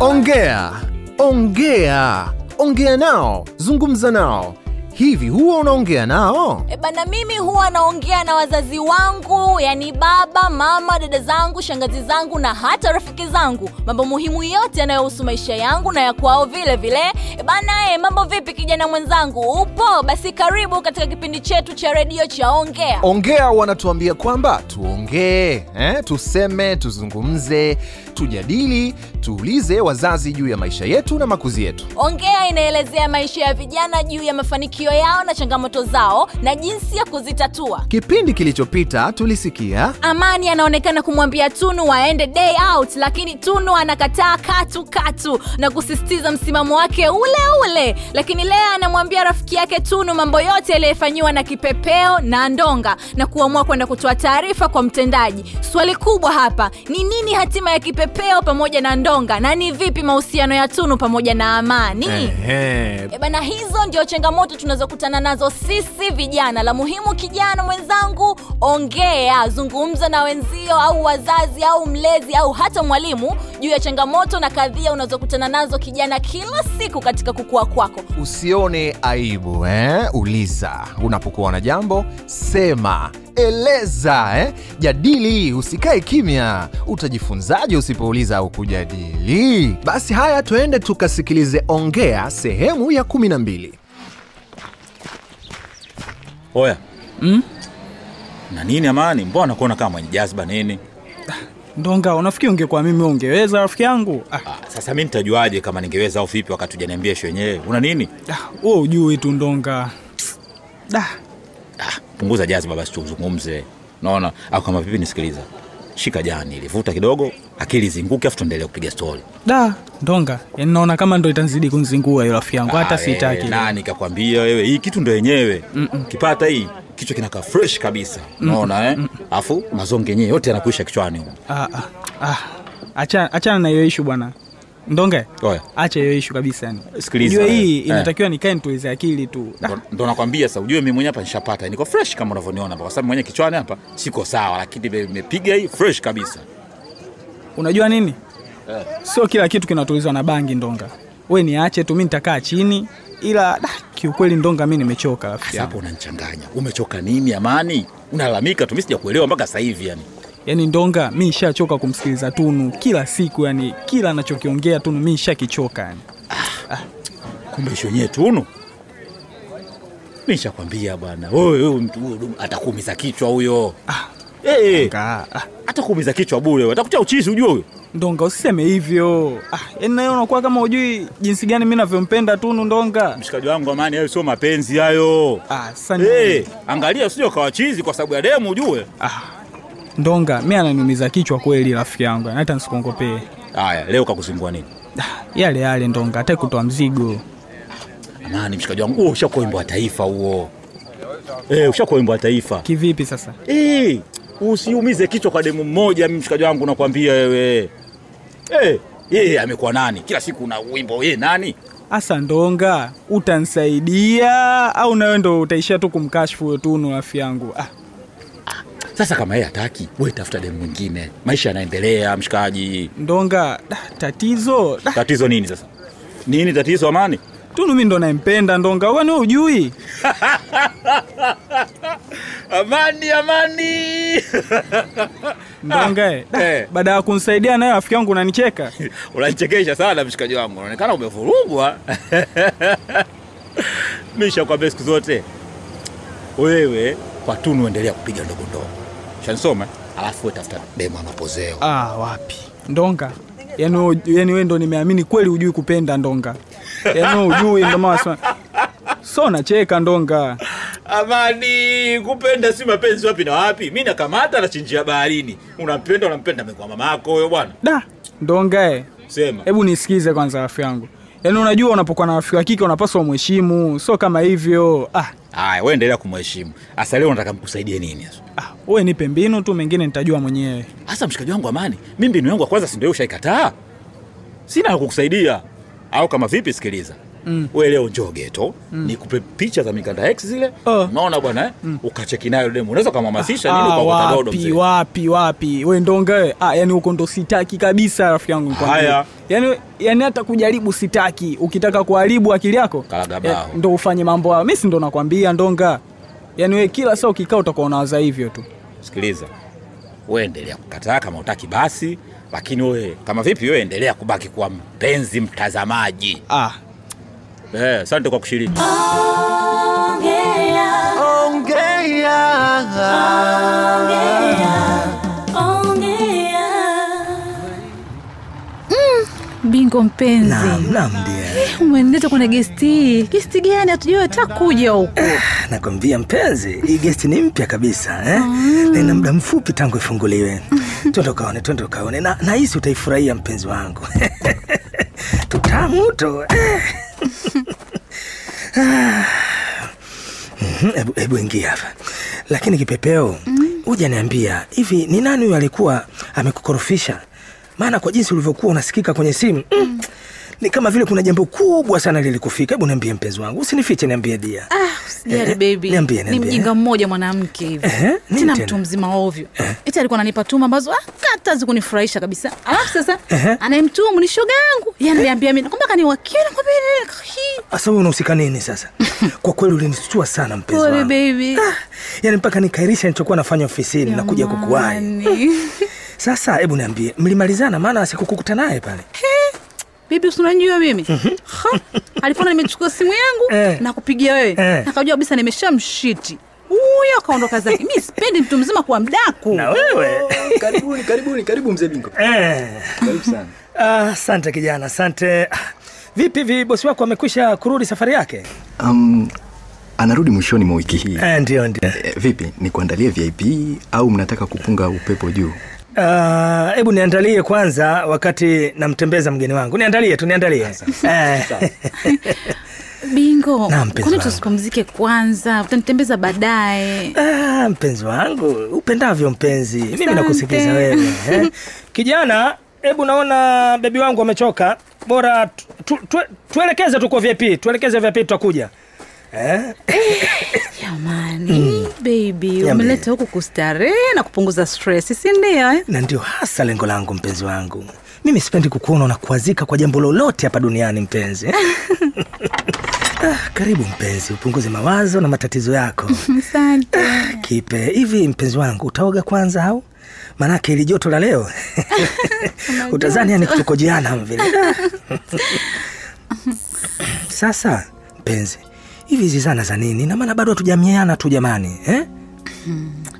Ongea, ongea, ongea nao, zungumza nao. Hivi huwa unaongea nao? E bana, mimi huwa naongea na wazazi wangu, yani baba, mama, dada zangu, shangazi zangu na hata rafiki zangu, mambo muhimu yote yanayohusu maisha yangu na ya kwao vile vile. E bana, e, mambo vipi kijana mwenzangu, upo? Basi karibu katika kipindi chetu cha redio cha Ongea. Ongea wanatuambia kwamba tuongee, eh? Tuseme, tuzungumze, tujadili, tuulize wazazi juu ya maisha yetu na makuzi yetu. Ongea inaelezea maisha ya vijana juu ya mafanikio yao na changamoto zao na jinsi ya kuzitatua. Kipindi kilichopita tulisikia Amani anaonekana kumwambia Tunu waende day out, lakini Tunu anakataa katu katu na kusisitiza msimamo wake ule ule. Lakini Lea anamwambia rafiki yake Tunu mambo yote yaliyofanyiwa na Kipepeo na Ndonga na kuamua kwenda kutoa taarifa kwa mtendaji. Swali kubwa hapa ni nini hatima ya Kipepeo pamoja na Ndonga na ni vipi mahusiano ya Tunu pamoja na Amani? Eh. Ehe, E bana, hizo ndio changamoto tunazokutana nazo sisi vijana. La muhimu kijana mwenzangu, ongea, zungumza na wenzio au wazazi au mlezi au hata mwalimu juu ya changamoto na kadhia unazokutana nazo kijana kila siku katika kukua kwako. usione aibu eh? Uliza unapokuwa na jambo, sema, eleza eh? Jadili, usikae kimya. Utajifunzaje usipouliza au kujadili? Basi haya, tuende tukasikilize Ongea sehemu ya 12. Oya. Hmm? Na nini Amani, mbona nakuona kama mwenye jazba nini? Ndonga, unafikiri ungekuwa mimi ungeweza rafiki yangu? Ah, Ah, sasa mi nitajuaje kama ningeweza au vipi wakati hujaniambia ishu yenyewe? Una nini? ah, wewe ujui tu Ndonga. Da, Ah, punguza jazba basi tuzungumze. Naona au kama vipi nisikiliza. Shika jani ilivuta kidogo, akili zinguke afu tuendelee kupiga stori. da, Ndonga, yaani naona kama ndo itanzidi kunizingua hiyo rafiki yangu, hata Ah, sitaki. wewe, Nani kakwambia wewe? Hii kitu ndo yenyewe. Kipata hii kichwa kinakaa fresh kabisa. Unaona eh? Afu mazonge yenyewe yote yanakuisha kichwani huko. Ah, ah, ah. Acha, achana na hiyo ishu bwana. Ndonga, Oya, acha hiyo ishu kabisa yani. Sikiliza, Unajua hii eh. inatakiwa nikae nitulize akili tu. Da, Ndo- ndo nakwambia sasa, ujue mimi mwenyewe hapa nishapata, niko fresh kama unavyoniona hapa, kwa sababu mwenyewe kichwani hapa siko sawa, lakini nime- nimepiga hii fresh kabisa. unajua nini? Eh. Sio kila kitu kinatulizwa na bangi Ndonga. We niache tu, mi nitakaa chini, ila da, kiukweli Ndonga, mi nimechoka rafiki Sasa yangu. hapo unanichanganya, umechoka nini? Amani, unalalamika tu, mimi sijakuelewa mpaka sasa hivi yani. yaani ndonga mi nishachoka kumsikiliza tunu kila siku yani kila anachokiongea tunu mi nishakichoka yaani. yani Kumbe ishu yenyewe tunu, nishakwambia bwana, wewe wewe mtu huyo dumu atakuumiza kichwa huyo. Eh, eh, Ndonga, ah, atakuumiza kichwa bure, wewe. atakutia uchizi ujue huyo. ndonga usiseme hivyo ah, yaani nawe unakuwa kama ujui jinsi gani mi navyompenda tunu ndonga Mshikaji wangu Amani, hayo sio mapenzi hayo. ah, sani, Eh, angalia usije ukawa chizi kwa sababu ya demu ujue. ah, ndonga mi ananiumiza kichwa kweli rafiki yangu yani hata nsikongopee Haya, leo kakuzingua nini? ah, yale yale ndonga hataki kutoa mzigo Amani mshikaji wangu, huo ushakuwa wimbo wa taifa huo. Eh, ushakuwa wimbo wa taifa. kivipi sasa Eh, usiumize kichwa kwa demu mmoja mimi mshikaji wangu nakwambia wewe. Eh, yeye amekuwa nani? Kila siku na wimbo yeye nani? asa ndonga utansaidia au nawe ndo utaishia tu kumkashfu huyo tunu rafiki yangu ah, Sasa kama yeye hataki, wewe tafuta demu mwingine. Maisha yanaendelea mshikaji. ndonga da, tatizo Ah, da, Tatizo nini sasa? Nini tatizo Amani? Tunu mi ndo naempenda Ndonga, wani we ujui? Amani, Amani. Ndonga eh, da, eh. baada ya kunisaidia nayo rafiki yangu unanicheka. Unanichekesha sana mshikaji wangu, unaonekana umevurugwa. Mimi shakwambia siku zote wewe kwa tunu endelea kupiga ndogo ndogo, shanisoma. Alafu wewe tafuta demu anapozeo. Ah, wapi Ndonga, yani we uju- yani we ndo nimeamini kweli ujui kupenda Ndonga, yani we ujui ndo maana nasema- so unacheka Ndonga. Amani, kupenda si mapenzi wapi na wapi? Mimi nakamata na chinjia baharini. Unampenda, unampenda amekuwa mamako huyo bwana. Da Ndonga eh, Sema hebu nisikize kwanza rafiki yangu, yani unajua unapokuwa na rafiki wa kike unapaswa umheshimu, sio kama hivyo. Ah, haya, wewe endelea kumheshimu. Asa leo unataka mkusaidie nini sasa? ah, wewe nipe mbinu tu, mengine nitajua mwenyewe. Hasa mshikaji wangu Amani, mimi mbinu yangu ya kwanza si ndio hiyo ushaikataa? Sina la kukusaidia. Au kama vipi sikiliza. mm. we leo njoo geto mm. nikupe picha za mikanda X zile Oh. unaona bwana eh? ukacheki nayo demu, unaweza ukamhamasisha nini Ah, ukavuta dodo wapi mzee. wapi wapi we ndonga we ah, yani huko ndo sitaki kabisa rafiki yangu nikwambie. Haya. yani, yani hata kujaribu sitaki ukitaka kuharibu akili yako Kalagabaho. eh, ndo ufanye mambo hayo mi si ndo nakwambia ndonga yani we kila saa ukikaa utakuwa unawaza hivyo tu Sikiliza, wewe endelea kukataa kama utaki basi, lakini wewe kama vipi, wewe endelea kubaki kuwa mpenzi mtazamaji. ah. Eh, asante kwa kushiriki. bingo mpenzi Naam dear. umenileta kwenye gesti gesti gani hatujua hata kuja huku Eh. Ah, Nakwambia mpenzi, hii gesti ni mpya kabisa eh? Na ina muda mfupi tangu ifunguliwe. Twende ukaone, twende ukaone. Na nahisi utaifurahia mpenzi wangu. Tutamu tu. eh. Ah. Mhm, Hebu hebu ingia hapa. Lakini kipepeo, uja niambia, hivi ni nani huyo alikuwa amekukorofisha? Maana kwa jinsi ulivyokuwa unasikika kwenye simu, mm. ni kama vile kuna jambo kubwa sana lilikufika. Hebu niambie mpenzi wangu, usinifiche, niambie dia. Ah, usijali Eh, baby. niambie, ni niambie. mjinga mmoja mwanamke hivi Ehe, nini tena tena? Eh. mtu mzima ovyo eti alikuwa ananipa tuma ambazo ah, hata zikunifurahisha kabisa alafu sasa Eh. anayemtumu ni shoga yangu Yeye ananiambia mimi nakwambia kaniwakia nakwambia hii Sasa wewe unahusika nini sasa? kwa kweli ulinishtua sana mpenzi pole wangu. baby Yaani mpaka nikairisha nilichokuwa nafanya ofisini na kuja kukuwahi. Yaani. Sasa hebu niambie, mlimalizana maana sikukukuta naye pale. bibi usinanijua mimi Ha, alipona nimechukua simu yangu Mhm. Eh. na kupigia wewe Eh. akajua kabisa nimeshamshiti huyo akaondoka zake mi sipendi mtu mzima kuwa mdaku Na wewe? karibuni karibuni karibu mzee bingo Eh. karibu sana Ah, Asante kijana, asante. Ah, Vipi vi bosi wako amekwisha kurudi safari yake? um, anarudi mwishoni mwa wiki hii Eh, ndio ndio. Eh, vipi nikuandalie vip au mnataka kupunga upepo juu Ah, Hebu niandalie kwanza wakati namtembeza mgeni wangu. Niandalie tu, niandalie. Eh. bingo Na, mpenzi kwani wangu. tusipumzike kwanza utanitembeza baadaye Ah, mpenzi wangu upendavyo mpenzi mimi Asante. nakusikiliza wewe eh. kijana hebu naona bebi wangu amechoka bora tu- tu- tu- tuelekeze tu kwa vip tuelekeze vip tutakuja jamani baby Mm. Niambie. umeleta huku kustarehe na kupunguza stress si ndio eh? na ndio hasa lengo langu mpenzi wangu mimi sipendi kukuona na kuwazika kwa jambo lolote hapa duniani mpenzi ah, karibu mpenzi upunguze mawazo na matatizo yako asante kipe hivi mpenzi wangu utaoga kwanza au manake ili joto la leo utazani yani kutokojeana vile sasa mpenzi hivi hizi zana za nini na maana bado hatujamiana tu jamani eh?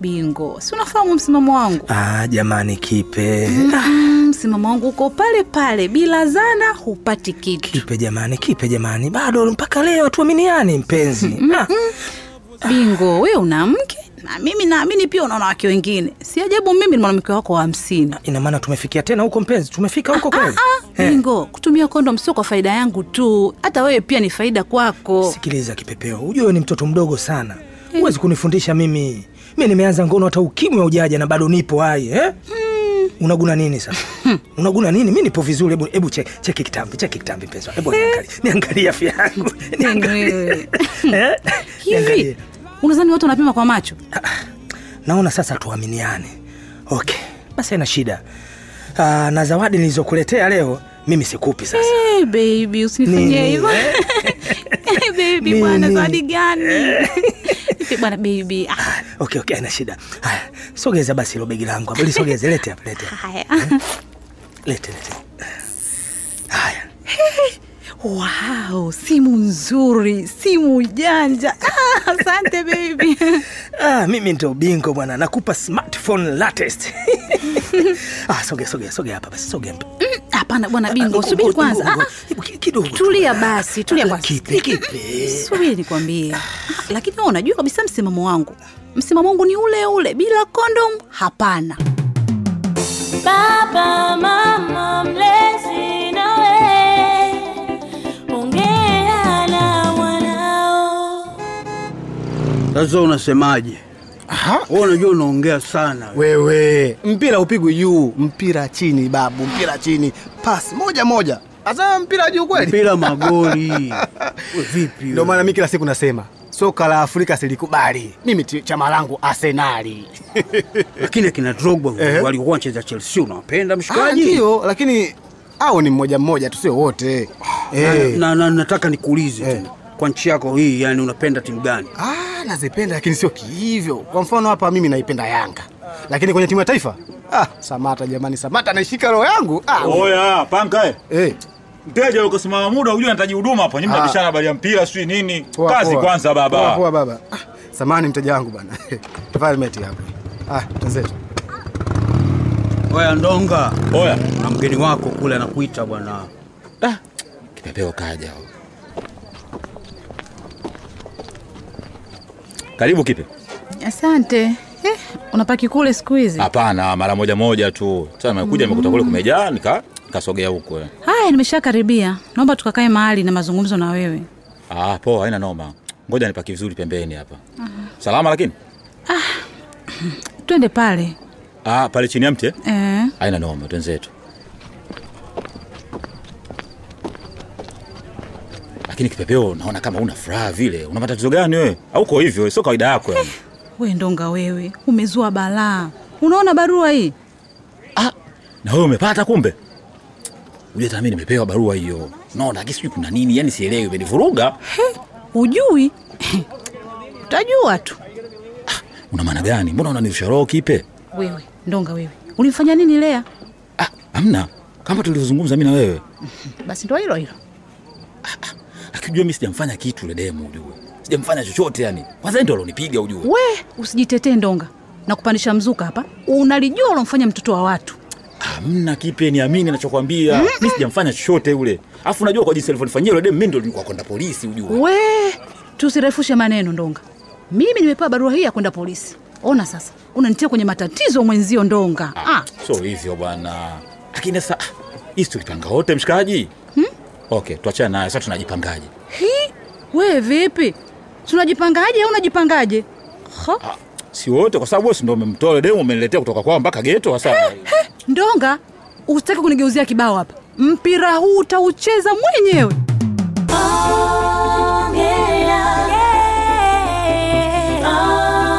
bingo si unafahamu msimamo wangu ah, jamani kipe Ah, Mm, msimamo wangu uko pale pale bila zana hupati kitu kipe jamani kipe jamani bado mpaka leo hatuaminiani mpenzi Ah, bingo wewe una mke na mimi naamini pia una wanawake wengine si ajabu mimi ni mwanamke wako wa hamsini Ah, ina maana tumefikia tena huko mpenzi tumefika huko kweli bingo kutumia kondom sio kwa faida yangu tu hata wewe pia ni faida kwako sikiliza kipepeo ujue wewe ni mtoto mdogo sana Hmm. huwezi kunifundisha mimi mi nimeanza ngono hata ukimwi ujaja na bado nipo hai eh? Hmm. unaguna nini sasa unaguna nini mi nipo vizuri hebu hebu che, cheki kitambi cheki kitambi mpenzi wangu. Eh. hebu niangalie niangalie afya yangu niangalie Wewe. Eh? Niangalie. hivi unadhani watu wanapima kwa macho naona sasa tuaminiane okay basi haina shida Ah, na zawadi nilizokuletea leo mimi sikupi sasa hey, Eh, baby usinifanyie Nini? Eh? hivyo hey, baby bwana Nini? Eh. zawadi gani Nipe bwana baby Ah, okay okay haina shida haya sogeza basi ilo begi langu hapo lisogeze lete hapa lete hapa. haya lete lete haya wow simu nzuri simu janja Ah, asante baby Ah, mimi ndo bingo bwana nakupa smartphone latest ah, soge soge soge hapa basi soge mpe- hapana bwana bingo Ngoja, subiri ngoja, kwanza ngoja, Ah, ah. ngoja, kidogo tu. tulia basi Ah, tulia kwanza Kipe, kipe. subiri nikwambie Ah, lakini wewe unajua kabisa msimamo wangu msimamo wangu ni ule ule bila kondom hapana Baba, mama, mlezi nawe, ongea na mwanao. Sasa unasemaje? Wewe unajua unaongea sana. we. wewe mpira upigwi juu mpira chini babu mpira chini pasi moja moja hasa mpira juu kweli, mpira magoli. Vipi? Ndio maana mimi kila siku nasema soka la Afrika silikubali. Mimi ti- chama langu Arsenali. Lakini akina Drogba walikuwa wanacheza Chelsea, unawapenda mshikaji? Ah, ndio, lakini au ni mmoja mmoja tu, sio wote. Eh. Na, na, na nataka nikuulize tena kwa nchi yako hii, yani unapenda timu gani? Ah, nazipenda lakini sio kihivyo. Kwa mfano hapa mimi naipenda Yanga, lakini kwenye timu ya taifa ah, Samata jamani, Samata anaishika roho yangu ah, Oya, panga eh. Eh. Mteja ukasimama muda unajua anahitaji huduma hapo. Nyinyi Ah. mnabishana habari ya mpira sijui nini. Poa, Kazi poa. kwanza Poa, baba. poa baba. Ah, Samahani mteja wangu bana. Tafadhali meti hapo. Ah, wenzetu. Oya Ndonga, oya, na mgeni wako kule anakuita bwana. Ah, Kipepeo kaja. Karibu kipe. Asante. Eh, unapaki kule siku hizi? Hapana, mara moja moja tu. Sasa nimekuja nimekuta kule kumejaa nika nikasogea huko. eh. Haya, nimeshakaribia. Naomba tukakae mahali na mazungumzo na wewe. Ah, poa, haina noma. Ngoja nipaki vizuri pembeni hapa. Salama lakini. Twende pale. Ah, pale chini ya mti. eh? Eh. Haina noma, twenzetu. Lakini kipepeo, naona kama una furaha vile. Una matatizo gani wewe? Hauko hivyo, sio kawaida yako yani. We Ndonga wewe, umezua balaa. Unaona barua hii? Ah, Na wewe umepata kumbe? Hujataamini nimepewa barua hiyo. Naona lakini sijui kuna nini, yani sielewi, imenivuruga. Hujui? Utajua tu. Una maana gani? Mbona unanirusha roho kipe? Wewe Ndonga wewe, ulifanya nini Lea? Ah, Hamna. Kama tulivyozungumza mimi na wewe. Basi ndo hilo hilo. Lakini ujue mimi sijamfanya kitu ile demo ujue. Sijamfanya chochote yani. Kwanza yeye ndio alonipiga ujue. We usijitetee Ndonga na kupandisha mzuka hapa. Unalijua ulomfanya mtoto wa watu. Hamna kipe, niamini nachokwambia. Mimi sijamfanya chochote yule. Alafu unajua kwa jinsi alivyonifanyia yule demu, mimi ndio nilikuwa kwenda polisi ujue. We tusirefushe maneno Ndonga. Mimi nimepewa barua hii ya kwenda polisi. Ona sasa, unanitia kwenye matatizo mwenzio Ndonga. Ah, So hivyo bwana. Lakini sasa ah, hii si tulipanga wote mshikaji. Okay, tuachane naye sasa tunajipangaje? hii we vipi? Tunajipangaje au unajipangaje? Ha? Si wote kwa sababu wewe si ndio umemtoa yule demu umeniletea kutoka kwao mpaka geto hasa. He, Ndonga, usitaki kunigeuzia kibao hapa. Mpira huu utaucheza mwenyewe.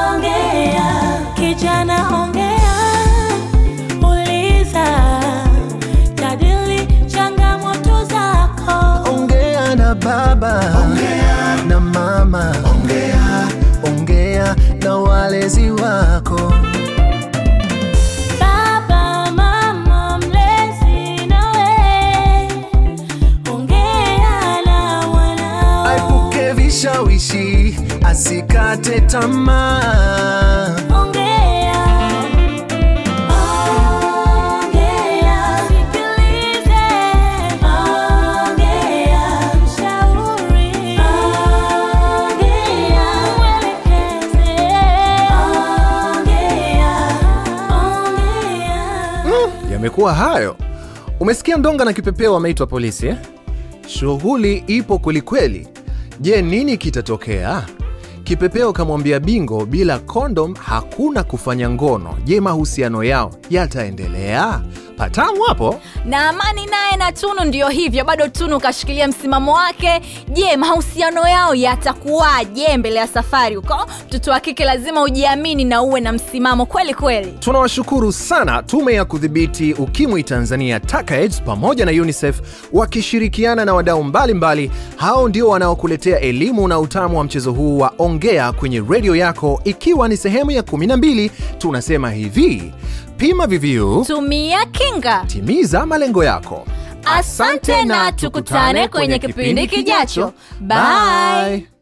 Ongea, kijana ongea, uliza, jadili changamoto zako. Ongea na baba, ongea na mama, ongea, ongea na walezi wako. Baba, mama, mlezi nawe, ongea na wanao. Aepuke vishawishi, asikate tamaa. Ongea, ongea, sikilize. Ongea, mshauri. Ongea, mwelekeze. Ongea, ongea. Yamekuwa hayo. Umesikia Ndonga na Kipepeo wameitwa polisi eh? Shughuli ipo kwelikweli. Je, nini kitatokea? Kipepeo kamwambia Bingo bila kondom hakuna kufanya ngono. Je, mahusiano yao yataendelea? Patamu hapo. na amani naye na tunu ndiyo hivyo bado tunu kashikilia msimamo wake je mahusiano yao yatakuwaje mbele ya safari huko mtoto wa kike lazima ujiamini na uwe na msimamo kweli kweli Tunawashukuru sana Tume ya Kudhibiti Ukimwi Tanzania, TACAIDS, pamoja na UNICEF wakishirikiana na wadau mbalimbali. Hao ndio wanaokuletea elimu na utamu wa mchezo huu wa Ongea kwenye redio yako, ikiwa ni sehemu ya 12. Tunasema hivi: pima VVU, tumia kinga timiza malengo yako. asante na tukutane kwenye kipindi kijacho bye